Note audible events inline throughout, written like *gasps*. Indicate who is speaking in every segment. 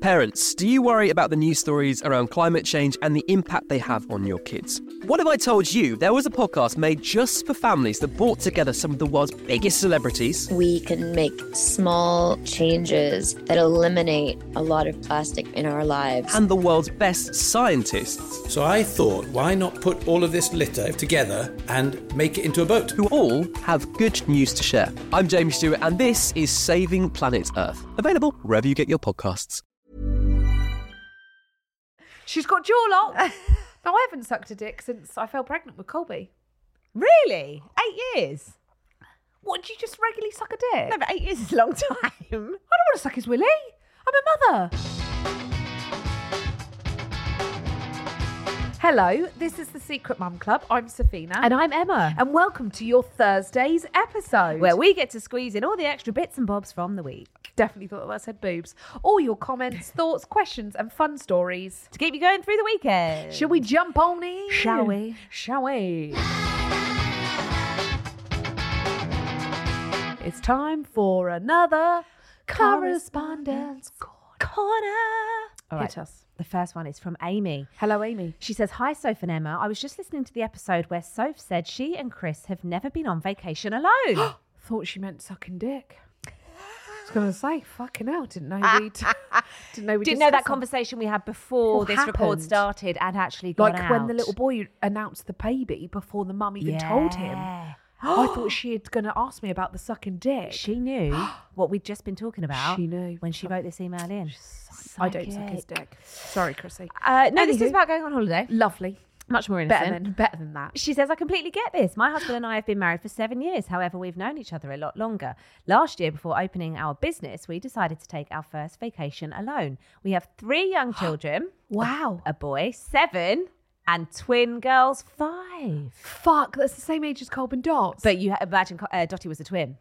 Speaker 1: Parents, do you worry about the news stories around climate change and the impact they have on your kids? What if I told you there was a podcast made just for families that brought together some of the world's biggest celebrities?
Speaker 2: we can make small changes that eliminate a lot of plastic in our lives.
Speaker 1: and the world's best scientists,
Speaker 3: So I thought, why not put all of this litter together and make it into a boat?
Speaker 1: who all have good news to share. I'm James Stewart, and this is Saving Planet Earth, available wherever you get your podcasts.
Speaker 4: She's got jaw
Speaker 5: *laughs*
Speaker 4: lock. no, I haven't sucked a dick since I fell pregnant with Colby.
Speaker 5: Really? Eight years?
Speaker 4: What, do you just regularly suck a dick?
Speaker 5: No, but eight years is a long time.
Speaker 4: *laughs* I don't want to suck his willy. I'm a mother. Hello, this is the Secret Mum Club. I'm Safina.
Speaker 5: And I'm Emma.
Speaker 4: and welcome to your Thursday's episode.
Speaker 5: Where we get to squeeze in all the extra bits and bobs from the week
Speaker 4: definitely thought that said boobs. All your comments, thoughts, questions, and fun stories.
Speaker 5: to keep you going through the weekend.
Speaker 4: Shall we jump on in?
Speaker 5: Shall we?
Speaker 4: Shall we? It's time for another correspondence corner.
Speaker 5: corner?
Speaker 4: All
Speaker 5: right.
Speaker 4: Hit us.
Speaker 5: The first one is from Amy.
Speaker 4: Hello, Amy.
Speaker 5: She says, Hi, Soph and Emma. I was just listening to the episode where Soph said she and Chris have never been on vacation *gasps* alone.
Speaker 4: Thought she meant sucking dick. I was gonna say, fucking hell, didn't know we
Speaker 5: *laughs*
Speaker 4: didn't know we
Speaker 5: Didn't know that
Speaker 4: discussed them.
Speaker 5: conversation we had before
Speaker 4: What
Speaker 5: this record
Speaker 4: happened?
Speaker 5: started and actually gone
Speaker 4: Like
Speaker 5: out.
Speaker 4: when the little boy announced the baby before the mum even told him.
Speaker 5: Yeah.
Speaker 4: *gasps* I thought she had gonna ask me about the sucking dick.
Speaker 5: She *gasps* knew what we'd just been talking about.
Speaker 4: She knew.
Speaker 5: when she wrote this email in.
Speaker 4: I don't suck his dick. Sorry, Chrissy.
Speaker 5: Uh, no, this
Speaker 4: Anywho.
Speaker 5: is about going on holiday.
Speaker 4: Lovely.
Speaker 5: Much more innocent.
Speaker 4: Better than better than that.
Speaker 5: *laughs* She says, I completely get this. My husband and I have been married for seven years. However, we've known each other a lot longer. Last year, before opening our business, we decided to take our first vacation alone. We have three
Speaker 4: *gasps*
Speaker 5: young children
Speaker 4: Wow.
Speaker 5: a boy, seven, and twin girls, five.
Speaker 4: Fuck, that's the same age as Colbin Dots.
Speaker 5: But you imagine Co- uh, Dottie was a twin.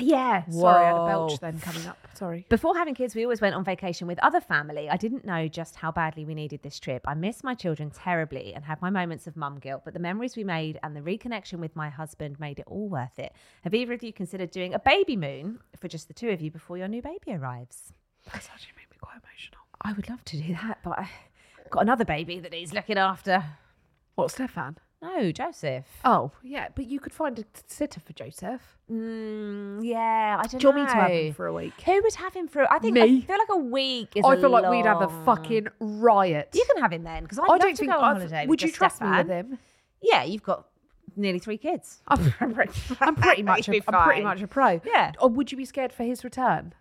Speaker 4: yeah, sorry, I had a
Speaker 5: Whoa.
Speaker 4: belch then coming up. Sorry.
Speaker 5: Before having kids, we always went on vacation with other family. I didn't know just how badly we needed this trip. I miss my children terribly and had my moments of mum guilt, but the memories we made and the reconnection with my husband made it all worth it. Have either of you considered doing a baby moon for just the two of you before your new baby arrives?
Speaker 4: That's actually made me quite emotional.
Speaker 5: I would love to do that, but I got another baby that he's looking after.
Speaker 4: What, Stefan?
Speaker 5: No, Joseph.
Speaker 4: Oh, yeah, but you could find a t- sitter for Joseph.
Speaker 5: Mm, yeah, I don't
Speaker 4: Do you
Speaker 5: know.
Speaker 4: want me to have him for a week?
Speaker 5: Who would have him for? I think
Speaker 4: Me.
Speaker 5: I feel like a week is.
Speaker 4: I
Speaker 5: a
Speaker 4: feel like we'd have a
Speaker 5: long-
Speaker 4: fucking riot.
Speaker 5: You can have him then because I'd
Speaker 4: I
Speaker 5: love
Speaker 4: don't
Speaker 5: to
Speaker 4: think
Speaker 5: go on
Speaker 4: I've-
Speaker 5: holiday.
Speaker 4: Would
Speaker 5: with
Speaker 4: you trust me with
Speaker 5: Stefan.
Speaker 4: him? *laughs*
Speaker 5: Yeah, you've got nearly three kids.
Speaker 4: I'm pretty, *laughs* I'm
Speaker 5: *laughs*
Speaker 4: pretty much a,
Speaker 5: You'd be
Speaker 4: I'm pretty
Speaker 5: fine.
Speaker 4: much a pro.
Speaker 5: Yeah.
Speaker 4: Or would you be scared for his return?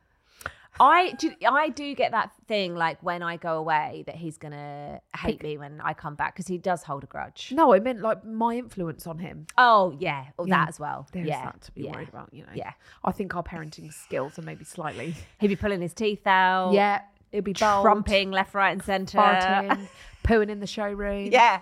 Speaker 5: I do, I do get that thing like when I go away that he's gonna hate me when I come back because he does hold a grudge.
Speaker 4: No, I meant like my influence on him.
Speaker 5: Oh yeah, oh,
Speaker 4: Mm. Yeah.
Speaker 5: that as well.
Speaker 4: There's
Speaker 5: yeah,
Speaker 4: that to be
Speaker 5: yeah.
Speaker 4: worried about, you know.
Speaker 5: Yeah.
Speaker 4: I think our parenting skills are maybe slightly.
Speaker 5: He'd be pulling his teeth out.
Speaker 4: Yeah, it'd be bold,
Speaker 5: trumping left, right, and centre.
Speaker 4: farting, pooing in the showroom.
Speaker 5: *laughs* Yeah.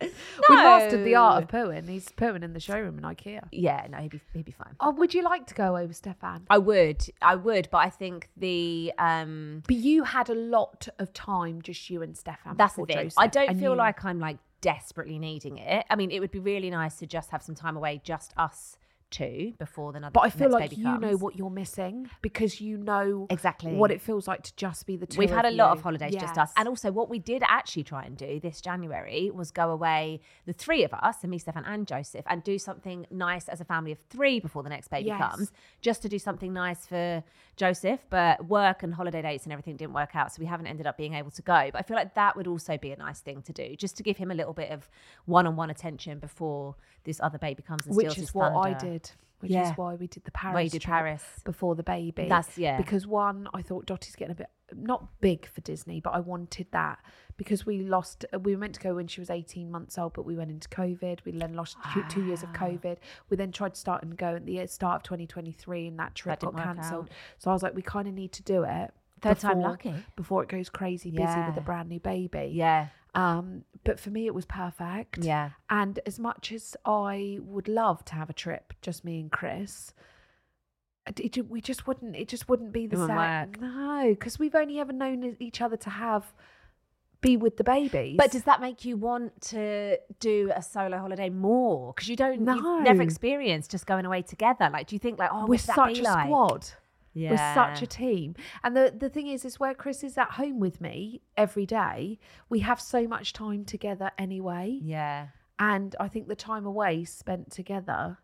Speaker 4: we mastered the art
Speaker 5: No.
Speaker 4: of pooing. He's pooing in the showroom in IKEA.
Speaker 5: Yeah, no, he'd be he'd be fine.
Speaker 4: Oh, would you like to go over, Stefan?
Speaker 5: I would, I would, but I think the um
Speaker 4: But you had a lot of time, just you and Stefan.
Speaker 5: That's the
Speaker 4: before
Speaker 5: thing.
Speaker 4: Joseph,
Speaker 5: I don't
Speaker 4: and
Speaker 5: feel
Speaker 4: you-
Speaker 5: like I'm like desperately needing it. I mean, it would be really nice to just have some time away, just us two, before the another.
Speaker 4: But I feel
Speaker 5: next
Speaker 4: like
Speaker 5: baby
Speaker 4: you know
Speaker 5: comes.
Speaker 4: what you're missing because you know
Speaker 5: Exactly.
Speaker 4: what it feels like to just be the two.
Speaker 5: We've
Speaker 4: of
Speaker 5: had a lot
Speaker 4: you.
Speaker 5: of holidays just
Speaker 4: Yes.
Speaker 5: us, and also what we did actually try and do this January was go away, the three of us, and me, Stefan, and Joseph, and do something nice as a family of three before the next baby
Speaker 4: Yes.
Speaker 5: comes, just to do something nice for Joseph. But work and holiday dates and everything didn't work out, so we haven't ended up being able to go. But I feel like that would also be a nice thing to do, just to give him a little bit of one-on-one attention before this other baby comes and steals
Speaker 4: which
Speaker 5: his
Speaker 4: is what I
Speaker 5: thunder.
Speaker 4: did. Which
Speaker 5: Yeah.
Speaker 4: is why we did the Paris.
Speaker 5: Why you did
Speaker 4: trip
Speaker 5: Paris.
Speaker 4: before the baby.
Speaker 5: That's- yeah.
Speaker 4: Because one, I thought Dottie's getting a bit not big for Disney, but I wanted that because we lost. uh, We were meant to go when she was eighteen months old, but we went into COVID. We then lost two, two years
Speaker 5: Ah.
Speaker 4: of COVID. We then tried to start and go at the uh, start of twenty twenty three, and that trip
Speaker 5: That didn't
Speaker 4: got
Speaker 5: work
Speaker 4: cancelled.
Speaker 5: out.
Speaker 4: So I was like, we kind of need to do it.
Speaker 5: Third time lucky.
Speaker 4: Before it goes crazy busy
Speaker 5: Yeah.
Speaker 4: with a brand new baby.
Speaker 5: Yeah,
Speaker 4: Um, but for me, it was perfect.
Speaker 5: yeah.
Speaker 4: And as much as I would love to have a trip, just me and Chris, it, it ju- we just wouldn't. It just wouldn't be the
Speaker 5: It
Speaker 4: same.
Speaker 5: wouldn't
Speaker 4: No, because we've only ever known e, each other to have be with the babies.
Speaker 5: But does that make you want to do a solo holiday more? Because you don't,
Speaker 4: No.
Speaker 5: you've never experienced just going away together. Like, do you think like, oh,
Speaker 4: we're
Speaker 5: what's that
Speaker 4: such
Speaker 5: be
Speaker 4: a
Speaker 5: like?
Speaker 4: squad. We're such
Speaker 5: Yeah.
Speaker 4: a team. And the, the thing is, is where Chris is at home with me every day, we have so much time together anyway.
Speaker 5: Yeah.
Speaker 4: And I think the time away spent together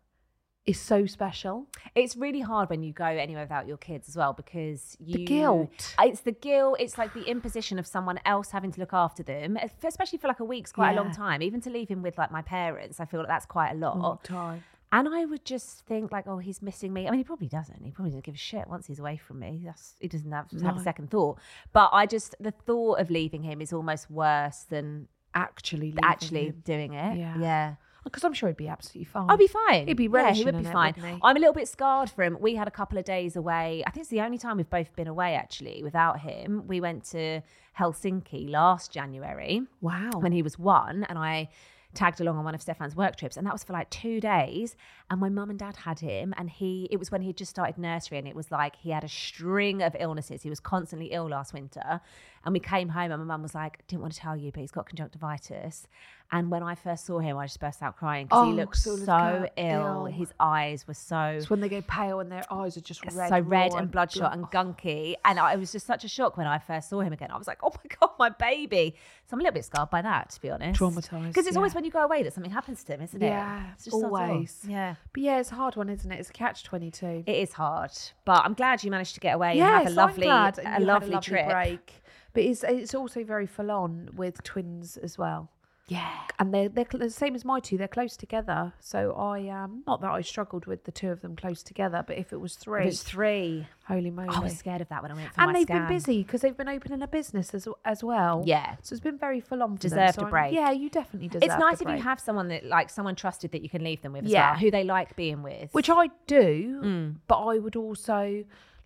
Speaker 4: is so special.
Speaker 5: It's really hard when you go anywhere without your kids as well because you
Speaker 4: guilt.
Speaker 5: It's the guilt. It's like the imposition of someone else having to look after them, especially for like a week's quite a long
Speaker 4: Yeah. Oh,
Speaker 5: time. Even to leave him with like my parents, I feel like that's quite a lot.
Speaker 4: time.
Speaker 5: And I would just think like, oh, he's missing me. I mean, he probably doesn't. He probably doesn't give a shit once he's away from me. That's he doesn't have, have a
Speaker 4: No.
Speaker 5: second thought. But I just the thought of leaving him is almost worse than
Speaker 4: Actually, leaving
Speaker 5: actually
Speaker 4: him.
Speaker 5: doing it.
Speaker 4: Yeah.
Speaker 5: yeah.
Speaker 4: because I'm sure he'd be absolutely fine.
Speaker 5: I'll be fine.
Speaker 4: Oh, He'd be
Speaker 5: yeah, he
Speaker 4: relishing
Speaker 5: would be
Speaker 4: in it,
Speaker 5: fine.
Speaker 4: wouldn't he?
Speaker 5: I'm a little bit scarred for him. We had a couple of days away. I think it's the only time we've both been away actually without him. We went to Helsinki last January
Speaker 4: Wow.
Speaker 5: when he was one, and I tagged along on one of Stefan's work trips, and that was for like two days. And my mum and dad had him, and he it was when he had just started nursery, and it was like he had a string of illnesses. He was constantly ill last winter, and we came home, and my mum was like, "Didn't want to tell you, but he's got conjunctivitis." And when I first saw him, I just burst out crying because he
Speaker 4: Oh,
Speaker 5: looked
Speaker 4: so
Speaker 5: so,
Speaker 4: he's got
Speaker 5: ill.
Speaker 4: ill.
Speaker 5: His eyes were so
Speaker 4: it's when they go pale and their eyes are just red.
Speaker 5: so red
Speaker 4: raw
Speaker 5: and bloodshot and
Speaker 4: oh,
Speaker 5: gunky. And I, it was just such a shock when I first saw him again. I was like, oh my *laughs* God, my baby. So I'm a little bit scarred by that, to be honest.
Speaker 4: Traumatised,
Speaker 5: Because it's always
Speaker 4: yeah.
Speaker 5: when you go away that something happens to him, isn't it?
Speaker 4: Yeah,
Speaker 5: It's just so dull.
Speaker 4: always.
Speaker 5: Yeah.
Speaker 4: But yeah, it's a hard one, isn't it? It's a catch 22.
Speaker 5: It is hard, but I'm glad you managed to get away
Speaker 4: yeah,
Speaker 5: and have a lovely,
Speaker 4: glad you
Speaker 5: a
Speaker 4: had
Speaker 5: lovely,
Speaker 4: lovely
Speaker 5: trip.
Speaker 4: break. But it's it's also very full on with twins as well.
Speaker 5: Yeah.
Speaker 4: And they're, they're cl- the same as my two, they're close together. So I, um, not that I struggled with the two of them close together, but if it was three,
Speaker 5: It was three.
Speaker 4: holy moly.
Speaker 5: I was scared of that when I went for
Speaker 4: and
Speaker 5: my
Speaker 4: they've
Speaker 5: scan.
Speaker 4: been busy because they've been opening a business as as well.
Speaker 5: Yeah.
Speaker 4: so it's been very full on. For them.
Speaker 5: Deserved
Speaker 4: So
Speaker 5: a
Speaker 4: I'm-
Speaker 5: break.
Speaker 4: Yeah, you definitely deserve.
Speaker 5: It's nice
Speaker 4: the
Speaker 5: if you
Speaker 4: break.
Speaker 5: have someone that, like, someone trusted that you can leave them with as
Speaker 4: Yeah.
Speaker 5: well, who they like being with.
Speaker 4: which I do,
Speaker 5: Mm.
Speaker 4: but I would also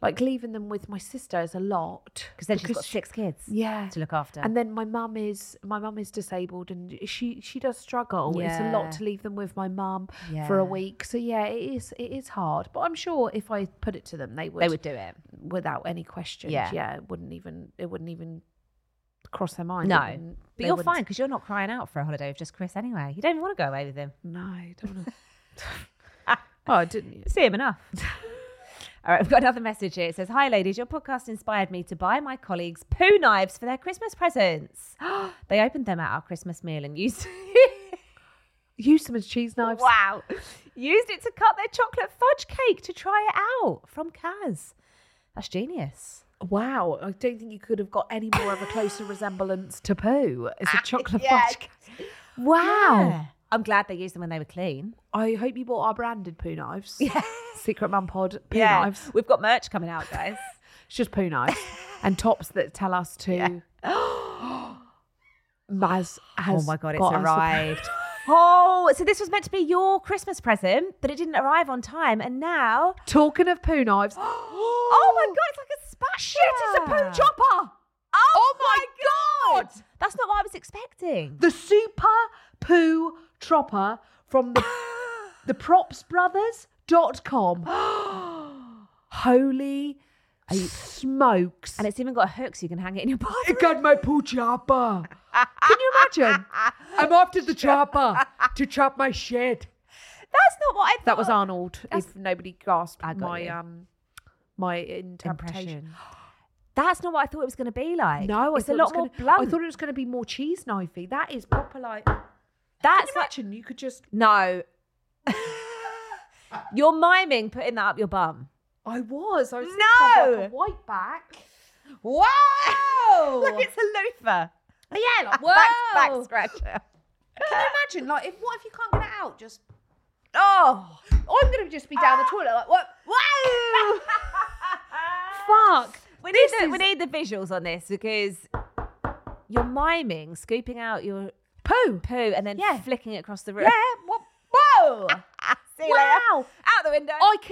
Speaker 4: like leaving them with my sister is a lot
Speaker 5: because then she's got
Speaker 4: she-
Speaker 5: six kids
Speaker 4: yeah
Speaker 5: to look after.
Speaker 4: And then my mum is my mum is disabled and she she does struggle. It's a
Speaker 5: Yeah.
Speaker 4: lot to leave them with my mum for a
Speaker 5: Yeah.
Speaker 4: week. So yeah, it is it is hard. But I'm sure if I put it to them, they would
Speaker 5: they would do it.
Speaker 4: without any questions.
Speaker 5: Yeah.
Speaker 4: Yeah, it wouldn't even it wouldn't even cross their mind. It
Speaker 5: No,
Speaker 4: wouldn't-
Speaker 5: but
Speaker 4: they
Speaker 5: you're
Speaker 4: wouldn't-
Speaker 5: fine because you're not crying out for a holiday with just Chris anyway. You don't even want to go away with him.
Speaker 4: No, I don't
Speaker 5: *laughs*
Speaker 4: want to. *laughs* oh, I didn't.
Speaker 5: See him enough.
Speaker 4: *laughs*
Speaker 5: All right, we've got another message here. It says, "Hi ladies, your podcast inspired me to buy my colleagues poo knives for their Christmas presents. *gasps* they opened them at our Christmas meal and used *laughs*
Speaker 4: Use them as cheese knives.
Speaker 5: wow, used it to cut their chocolate fudge cake to try it out from Kaz. That's genius.
Speaker 4: Wow, I don't think you could have got any more of a closer resemblance to poo as
Speaker 5: *laughs*
Speaker 4: a chocolate
Speaker 5: yeah.
Speaker 4: fudge. cake. Wow.
Speaker 5: Yeah. I'm glad they used them when they were clean.
Speaker 4: I hope you bought our branded poo
Speaker 5: *laughs*
Speaker 4: knives. Secret Mum Pod poo knives.
Speaker 5: we've got merch coming out, guys.
Speaker 4: *laughs* It's just poo knives
Speaker 5: *laughs*
Speaker 4: and tops that tell us to. *gasps* Maz has.
Speaker 5: Oh my god, it's
Speaker 4: got us a-
Speaker 5: arrived. *laughs* oh, so this was meant to be your Christmas present, but it didn't arrive on time, and now
Speaker 4: *laughs* Talking of poo knives,
Speaker 5: *gasps* Oh my god, it's like a spatula.
Speaker 4: it's a poo chopper.
Speaker 5: Oh, my god. That's not what I was expecting.
Speaker 4: The super poo chopper from the *gasps* the *gasps* propsbrothers.com. Holy smokes!
Speaker 5: And it's even got a hook so you can hang it in your *laughs* bathroom.
Speaker 4: got my poo chopper. Can you imagine? I'm off *laughs* to the chopper to chop my shit.
Speaker 5: That's not what I thought.
Speaker 4: That was Arnold. if nobody grasped
Speaker 5: I got
Speaker 4: my
Speaker 5: you.
Speaker 4: um my interpretation.
Speaker 5: impression. That's not what I thought it was going to be like.
Speaker 4: No, I
Speaker 5: it's
Speaker 4: thought
Speaker 5: a
Speaker 4: it
Speaker 5: lot
Speaker 4: was
Speaker 5: more
Speaker 4: gonna,
Speaker 5: blunt.
Speaker 4: I thought it was going to be more cheese knifey. That is proper like. Can you
Speaker 5: That's like,
Speaker 4: imagine? You could just.
Speaker 5: *laughs* no.
Speaker 4: *laughs*
Speaker 5: You're miming putting that up your bum.
Speaker 4: I was. I was thinking
Speaker 5: No!
Speaker 4: of like a white back.
Speaker 5: Wow! *laughs* Look, it's a loofah.
Speaker 4: Yeah, like
Speaker 5: *laughs* Back,
Speaker 4: whoa.
Speaker 5: back scratcher.
Speaker 4: Can you imagine? Like, if what if you can't get it out? Just
Speaker 5: Oh,
Speaker 4: I'm going to just be down the toilet. Like what?
Speaker 5: *laughs* wow!
Speaker 4: Fuck.
Speaker 5: we need
Speaker 4: This
Speaker 5: the we
Speaker 4: is-
Speaker 5: need the visuals on this because you're miming, scooping out your
Speaker 4: Poo.
Speaker 5: poo and then flicking it across the room.
Speaker 4: Yeah. What? Whoa.
Speaker 5: See you later.
Speaker 4: wow.
Speaker 5: Out the window.
Speaker 4: IKEA.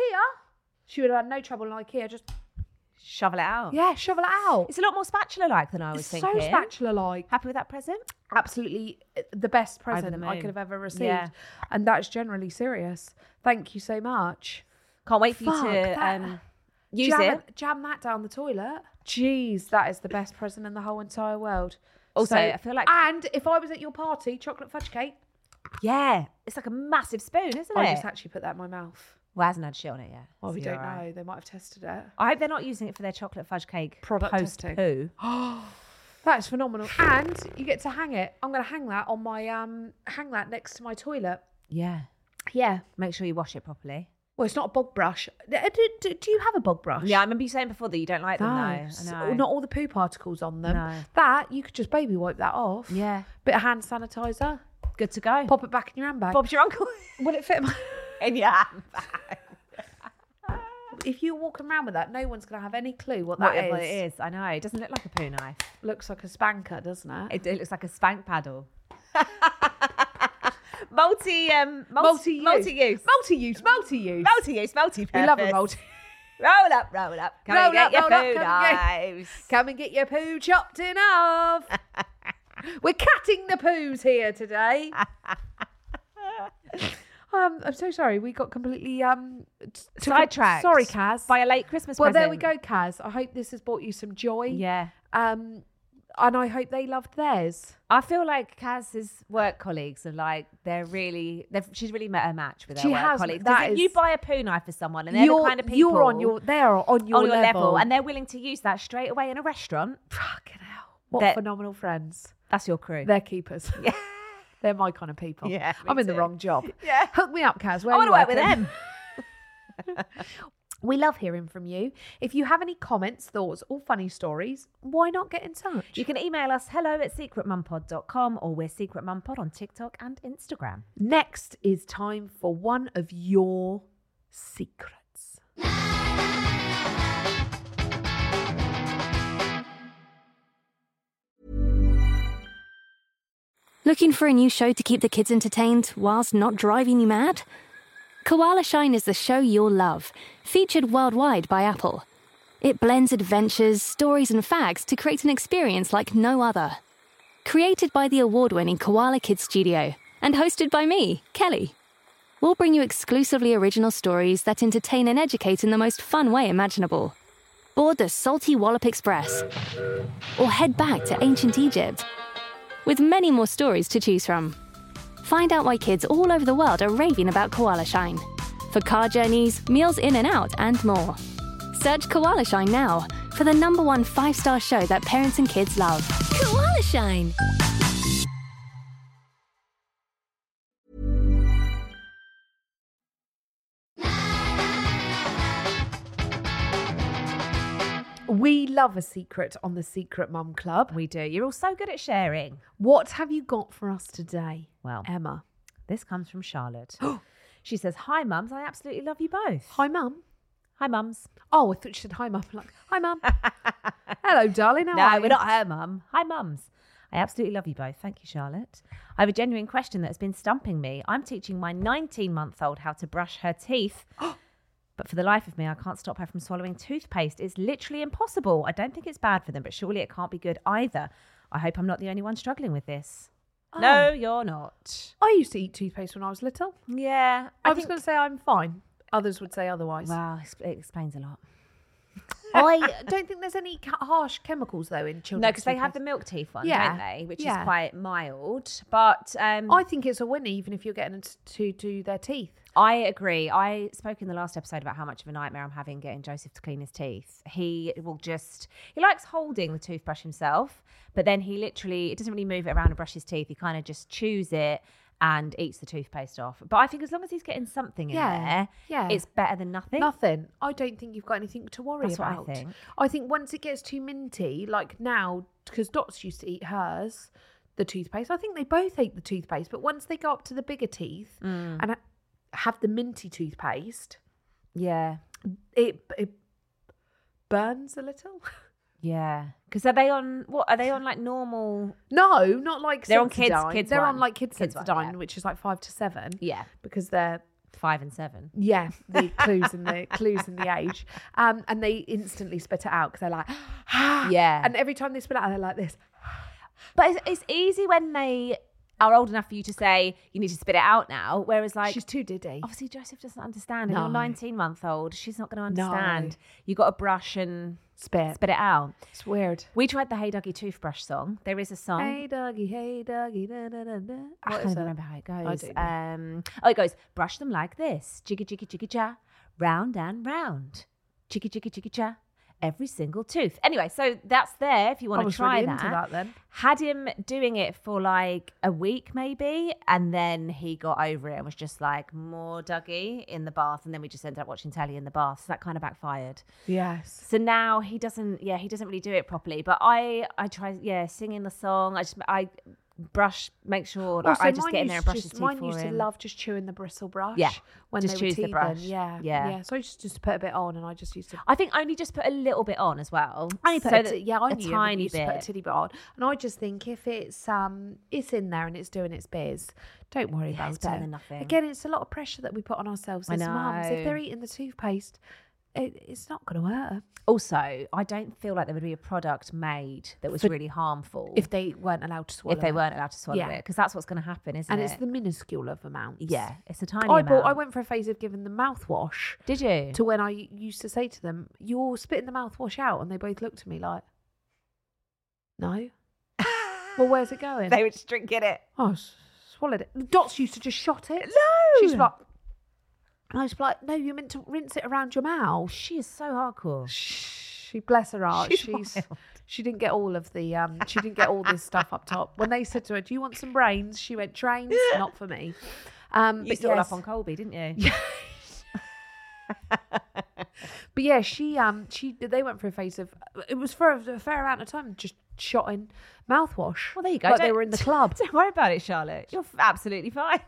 Speaker 4: She would have had no trouble in IKEA. Just
Speaker 5: Shovel it out.
Speaker 4: yeah, shovel it out.
Speaker 5: It's a lot more spatula-like than I was
Speaker 4: It's so
Speaker 5: thinking.
Speaker 4: spatula-like.
Speaker 5: Happy with that present?
Speaker 4: Absolutely uh, the best present I
Speaker 5: moon.
Speaker 4: could have ever received,
Speaker 5: Yeah.
Speaker 4: and that's generally serious. Thank you so much.
Speaker 5: Can't wait for
Speaker 4: Fuck,
Speaker 5: you to
Speaker 4: that-
Speaker 5: um, use
Speaker 4: jam,
Speaker 5: it.
Speaker 4: Jam that down the toilet. Jeez, that is the best present in the whole entire world.
Speaker 5: Also, I feel like-
Speaker 4: and if I was at your party, chocolate fudge cake,
Speaker 5: Yeah, it's like a massive spoon, isn't
Speaker 4: I
Speaker 5: it? Oh,
Speaker 4: just actually put that in my mouth.
Speaker 5: Well, hasn't had shit on it yet.
Speaker 4: Well,
Speaker 5: so
Speaker 4: we
Speaker 5: you're
Speaker 4: don't
Speaker 5: all right.
Speaker 4: know. They might have tested it.
Speaker 5: I hope they're not using it for their chocolate fudge cake
Speaker 4: Product
Speaker 5: post
Speaker 4: testing.
Speaker 5: poo. *gasps*
Speaker 4: That's phenomenal. And you get to hang it. I'm going to hang that on my um hang that next to my toilet.
Speaker 5: Yeah.
Speaker 4: Yeah.
Speaker 5: Make sure you wash it properly.
Speaker 4: Well, it's not a bog brush. Uh, Do, do, do you have a bog brush?
Speaker 5: Yeah, I remember you saying before that you don't like them
Speaker 4: Those.
Speaker 5: though. I know.
Speaker 4: Not all the poo particles on them.
Speaker 5: No.
Speaker 4: That you could just baby wipe that off.
Speaker 5: Yeah.
Speaker 4: Bit of hand sanitizer.
Speaker 5: Good to go.
Speaker 4: Pop it back in your handbag.
Speaker 5: Bob's your uncle. *laughs*
Speaker 4: Will it fit? My...
Speaker 5: and yeah.
Speaker 4: if you're walking around with that, no one's going to have any clue what that
Speaker 5: Whatever
Speaker 4: is.
Speaker 5: it is, I know. It doesn't look like a poo knife.
Speaker 4: Looks like a spanker, doesn't it?
Speaker 5: It, it looks like a spank paddle. *laughs* multi, um, multi,
Speaker 4: Multi-use.
Speaker 5: multi-use,
Speaker 4: Multi-use. Multi-use.
Speaker 5: multi-use, multi-purpose.
Speaker 4: We love a multi.
Speaker 5: Roll up, roll up. Come
Speaker 4: Roll
Speaker 5: and get
Speaker 4: up,
Speaker 5: your
Speaker 4: roll up,
Speaker 5: poo
Speaker 4: come and
Speaker 5: knives.
Speaker 4: Come and get your poo chopped in half.
Speaker 5: *laughs*
Speaker 4: We're cutting the poos here
Speaker 5: *laughs*
Speaker 4: today. um, I'm so sorry. We got completely um t- took a-
Speaker 5: Sidetracked.
Speaker 4: Sorry, Kaz.
Speaker 5: By a late Christmas
Speaker 4: well,
Speaker 5: present.
Speaker 4: there we go, Kaz. I hope this has brought you some joy.
Speaker 5: Yeah.
Speaker 4: Um, and I hope they loved theirs.
Speaker 5: I feel like Kaz's work colleagues are like they're really they've, she's really met her match with her
Speaker 4: She
Speaker 5: work
Speaker 4: has,
Speaker 5: colleagues.
Speaker 4: that
Speaker 5: 'Cause if
Speaker 4: is-
Speaker 5: you buy a poo knife for someone and they're
Speaker 4: you're,
Speaker 5: the kind of people
Speaker 4: you're on your they are on your,
Speaker 5: on your level. and
Speaker 4: and
Speaker 5: they're willing to use that straight away in a restaurant,
Speaker 4: fucking hell, what
Speaker 5: They're-
Speaker 4: phenomenal
Speaker 5: *laughs*
Speaker 4: friends.
Speaker 5: that's your crew.
Speaker 4: They're keepers.
Speaker 5: Yeah.
Speaker 4: *laughs* They're my kind of people.
Speaker 5: Yeah, me
Speaker 4: I'm in
Speaker 5: too.
Speaker 4: the wrong
Speaker 5: *laughs*
Speaker 4: job.
Speaker 5: Yeah.
Speaker 4: Hook me up, Kaz. Where
Speaker 5: I
Speaker 4: are
Speaker 5: want
Speaker 4: you
Speaker 5: to work with
Speaker 4: working?
Speaker 5: them.
Speaker 4: We love hearing from you. If you have any comments, thoughts, or funny stories, why not get in touch?
Speaker 5: You can e- email us hello at secretmumpod.com or we're Secret Mum Pod on TikTok and Instagram.
Speaker 4: Next is time for one of your secrets.
Speaker 6: Looking for a new show to keep the kids entertained whilst not driving you mad? Koala Shine is the show you'll love, featured worldwide by Apple. It blends adventures, stories, and facts to create an experience like no other. Created by the award winning Koala Kids Studio and hosted by me, Kelly. We'll bring you exclusively original stories that entertain and educate in the most fun way imaginable. Board the Salty Wallop Express or head back to ancient Egypt with many more stories to choose from. Find out why kids all over the world are raving about Koala Shine for car journeys, meals in and out, and more. Search Koala Shine now for the number one five star show that parents and kids love. Koala Shine!
Speaker 4: We love a secret on the Secret Mum Club.
Speaker 5: We do. You're all so good at sharing.
Speaker 4: What have you got for us today?
Speaker 5: Well.
Speaker 4: Emma.
Speaker 5: This comes from Charlotte. *gasps* she says, Hi, mums. I absolutely love you both.
Speaker 4: Hi, Mum.
Speaker 5: Hi, mums.
Speaker 4: Oh, I thought she said hi, Mum. *laughs* I'm like, hi, Mum. *laughs* Hello, darling. How
Speaker 5: no,
Speaker 4: are you?
Speaker 5: we're not her mum. Hi, mums. I absolutely love you both. Thank you, Charlotte. I have a genuine question that has been stumping me. I'm teaching my 19 month old how to brush
Speaker 4: *gasps*
Speaker 5: her teeth. But for the life of me, I can't stop her from swallowing toothpaste. It's literally impossible. I don't think it's bad for them, but surely it can't be good either. I hope I'm not the only one struggling with this.
Speaker 4: Oh.
Speaker 5: No, you're not.
Speaker 4: I used to eat toothpaste when I was little.
Speaker 5: Yeah.
Speaker 4: I, was going to say I'm fine. Others would say otherwise.
Speaker 5: Wow, it explains a lot.
Speaker 4: I don't think there's any ca- harsh chemicals though in children.
Speaker 5: No, because they have the milk teeth one, don't
Speaker 4: Yeah.
Speaker 5: they? Which is
Speaker 4: Yeah.
Speaker 5: quite mild. But um,
Speaker 4: I think it's a win, even if you're getting it to do their teeth.
Speaker 5: I agree. I spoke in the last episode about how much of a nightmare I'm having getting Joseph to clean his teeth. He will just, he likes holding the toothbrush himself, but then he literally, it doesn't really move it around and brush his teeth. He kind of just chews it and eats the toothpaste off. But I think as long as he's getting something in
Speaker 4: Yeah,
Speaker 5: there,
Speaker 4: yeah.
Speaker 5: it's better than nothing.
Speaker 4: Nothing. I don't think you've got anything to worry
Speaker 5: That's what I
Speaker 4: about.
Speaker 5: think.
Speaker 4: I think once it gets too minty, like now, because Dots used to eat hers, the toothpaste. I think they both ate the toothpaste, but once they go up to the bigger teeth
Speaker 5: Mm.
Speaker 4: and ha- have the minty toothpaste,
Speaker 5: Yeah.
Speaker 4: it it burns a little. *laughs*
Speaker 5: Yeah. Because are they on, what, are they on like normal?
Speaker 4: No, not like
Speaker 5: They're on kids-
Speaker 4: Sensodyne.
Speaker 5: kids
Speaker 4: They're
Speaker 5: one.
Speaker 4: on like kids,
Speaker 5: Kids
Speaker 4: kids
Speaker 5: one, yeah.
Speaker 4: which is like five to seven.
Speaker 5: Yeah.
Speaker 4: because they're
Speaker 5: Five and seven.
Speaker 4: yeah *laughs* the clues and the clues and the age, um, and they instantly spit it out because they're like *gasps*
Speaker 5: Yeah.
Speaker 4: and every time they spit it out they're like this.
Speaker 5: But it's, it's easy when they are old enough for you to say you need to spit it out now. Whereas like
Speaker 4: She's too diddy.
Speaker 5: obviously Joseph doesn't understand. And you're
Speaker 4: No.
Speaker 5: 19 month old. She's not going to
Speaker 4: No.
Speaker 5: understand. You got to brush and
Speaker 4: Spit.
Speaker 5: spit it out.
Speaker 4: It's weird.
Speaker 5: We tried the Hey Dougie toothbrush song. There is a song.
Speaker 4: Hey doggy, hey doggy, da da da da. What
Speaker 5: I can't
Speaker 4: is
Speaker 5: even
Speaker 4: it?
Speaker 5: remember how it goes.
Speaker 4: don't know.
Speaker 5: Um, oh, it goes brush them like this, jiggy jiggy jiggy ja, round and round. Chicky, chicky, chicky, cha. Every single tooth. Anyway, so that's there if you
Speaker 4: I
Speaker 5: want to
Speaker 4: was
Speaker 5: try
Speaker 4: really into that then.
Speaker 5: Had him doing it for like a week maybe, and then he got over it and was just like, more Dougie in the bath. And then we just ended up watching telly in the bath. So that kind of backfired.
Speaker 4: Yes.
Speaker 5: So now he doesn't. Yeah, he doesn't really do it properly. But I, I try. Yeah, singing the song. I just, I brush, make sure. Like,
Speaker 4: Also,
Speaker 5: I just
Speaker 4: mine
Speaker 5: get in there
Speaker 4: used to
Speaker 5: and brush
Speaker 4: just-
Speaker 5: his teeth
Speaker 4: Mine
Speaker 5: for
Speaker 4: used to
Speaker 5: him.
Speaker 4: love just chewing the bristle brush.
Speaker 5: Yeah.
Speaker 4: When
Speaker 5: Just
Speaker 4: they were
Speaker 5: chews the
Speaker 4: teething.
Speaker 5: brush.
Speaker 4: Yeah.
Speaker 5: Yeah.
Speaker 4: So I used to just put a bit on, and I just used to.
Speaker 5: I think only just put a little bit on as well.
Speaker 4: I only put
Speaker 5: So
Speaker 4: a
Speaker 5: that-
Speaker 4: ti- yeah, I
Speaker 5: a
Speaker 4: knew everybody
Speaker 5: tiny
Speaker 4: used to put a
Speaker 5: bit.
Speaker 4: titty bit on, and I just think if it's um it's in there and it's doing its biz, don't worry
Speaker 5: Yeah,
Speaker 4: about
Speaker 5: it's better
Speaker 4: it.
Speaker 5: than nothing.
Speaker 4: Again, it's a lot of pressure that we put on ourselves
Speaker 5: I
Speaker 4: as mums. If they're
Speaker 5: know.
Speaker 4: eating the toothpaste, it, it's not going to work
Speaker 5: Also, I don't feel like there would be a product made that was
Speaker 4: For-
Speaker 5: really harmful
Speaker 4: if they weren't allowed to swallow.
Speaker 5: if they
Speaker 4: it.
Speaker 5: weren't allowed to swallow it. 'Cause
Speaker 4: Yeah.
Speaker 5: it, because that's what's going to happen, isn't
Speaker 4: and
Speaker 5: it?
Speaker 4: it's the minuscule of amounts.
Speaker 5: yeah, it's a
Speaker 4: I
Speaker 5: tiny.
Speaker 4: bought. I
Speaker 5: amount.
Speaker 4: went for a phase of giving them mouthwash
Speaker 5: Did you? *laughs*
Speaker 4: to when I used to say to them, "You're spitting the mouthwash out," and they both looked at me like,
Speaker 5: *laughs*
Speaker 4: "No." well, where's it going?
Speaker 5: they were just drinking it.
Speaker 4: Oh, s- swallowed it. Dots used to just shot it.
Speaker 5: No!
Speaker 4: She's like, and I was like, no, you're meant to rinse it around your mouth.
Speaker 5: Oh, She is so hardcore.
Speaker 4: She, bless her heart,
Speaker 5: She's
Speaker 4: she's,
Speaker 5: wild.
Speaker 4: she didn't get all of the um, she didn't get all this stuff up top. When they said to her, "Do you want some brains?" She went,
Speaker 5: *laughs*
Speaker 4: "Trains, not for me." Um,
Speaker 5: You
Speaker 4: but
Speaker 5: picked it all
Speaker 4: yes.
Speaker 5: up on Colby, didn't you?
Speaker 4: But yeah, she um she they went through a phase of it was for a fair amount of time just shotting mouthwash.
Speaker 5: Well, there you go.
Speaker 4: Like they
Speaker 5: Don't-
Speaker 4: were in
Speaker 5: *laughs*
Speaker 4: the club.
Speaker 5: Don't worry about it, Charlotte. You're f-
Speaker 4: *laughs*
Speaker 5: absolutely fine.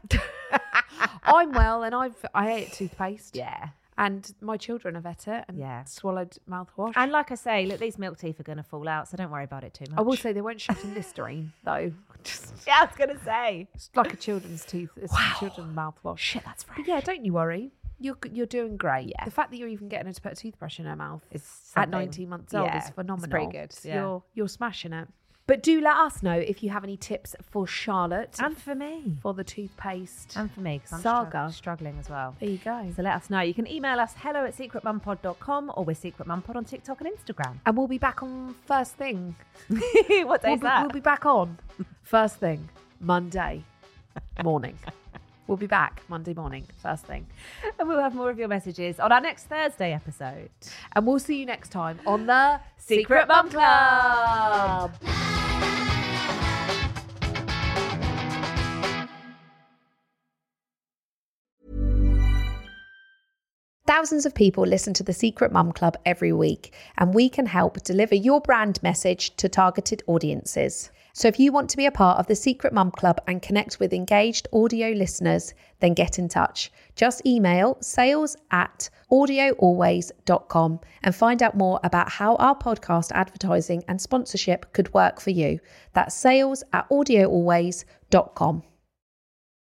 Speaker 4: I'm well, and I've I ate toothpaste.
Speaker 5: yeah.
Speaker 4: and my children have ate it and
Speaker 5: Yeah.
Speaker 4: swallowed mouthwash.
Speaker 5: And like I say, look, these milk teeth are going to fall out, so don't worry about it too much.
Speaker 4: I will say *laughs* they weren't shut in
Speaker 5: *laughs*
Speaker 4: Listerine though. Just
Speaker 5: Yeah, I was going to say.
Speaker 4: it's like a children's tooth, it's a children's mouthwash.
Speaker 5: Shit, that's right.
Speaker 4: But yeah, don't you worry. You're g- you're doing great.
Speaker 5: Yeah.
Speaker 4: The fact that you're even getting her to put a toothbrush in her mouth
Speaker 5: It's
Speaker 4: at
Speaker 5: something.
Speaker 4: 19 months old
Speaker 5: Yeah,
Speaker 4: is phenomenal.
Speaker 5: It's pretty good. Yeah.
Speaker 4: You're you're smashing it. But do let us know if you have any tips for Charlotte
Speaker 5: And for
Speaker 4: *laughs*
Speaker 5: me.
Speaker 4: for the toothpaste.
Speaker 5: And for me, because I'm
Speaker 4: Saga.
Speaker 5: strugg- struggling as well.
Speaker 4: there you go.
Speaker 5: So let us know. You can email us hello at secretmumpod.com or we're Secret Mum Pod on TikTok and Instagram. *laughs*
Speaker 4: and we'll be back on first thing.
Speaker 5: what day
Speaker 4: we'll,
Speaker 5: is
Speaker 4: be,
Speaker 5: that?
Speaker 4: we'll be back on first thing Monday morning.
Speaker 5: *laughs*
Speaker 4: we'll be back Monday morning, first thing.
Speaker 5: And we'll have more of your messages on our next Thursday episode.
Speaker 4: And we'll see you next time on the
Speaker 5: Secret Mum Club.
Speaker 4: Thousands of people listen to the Secret Mum Club every week, and we can help deliver your brand message to targeted audiences. So if you want to be a part of the Secret Mum Club and connect with engaged audio listeners, then get in touch. Just email sales at audioalways.com and find out more about how our podcast advertising and sponsorship could work for you. That's sales at audioalways.com.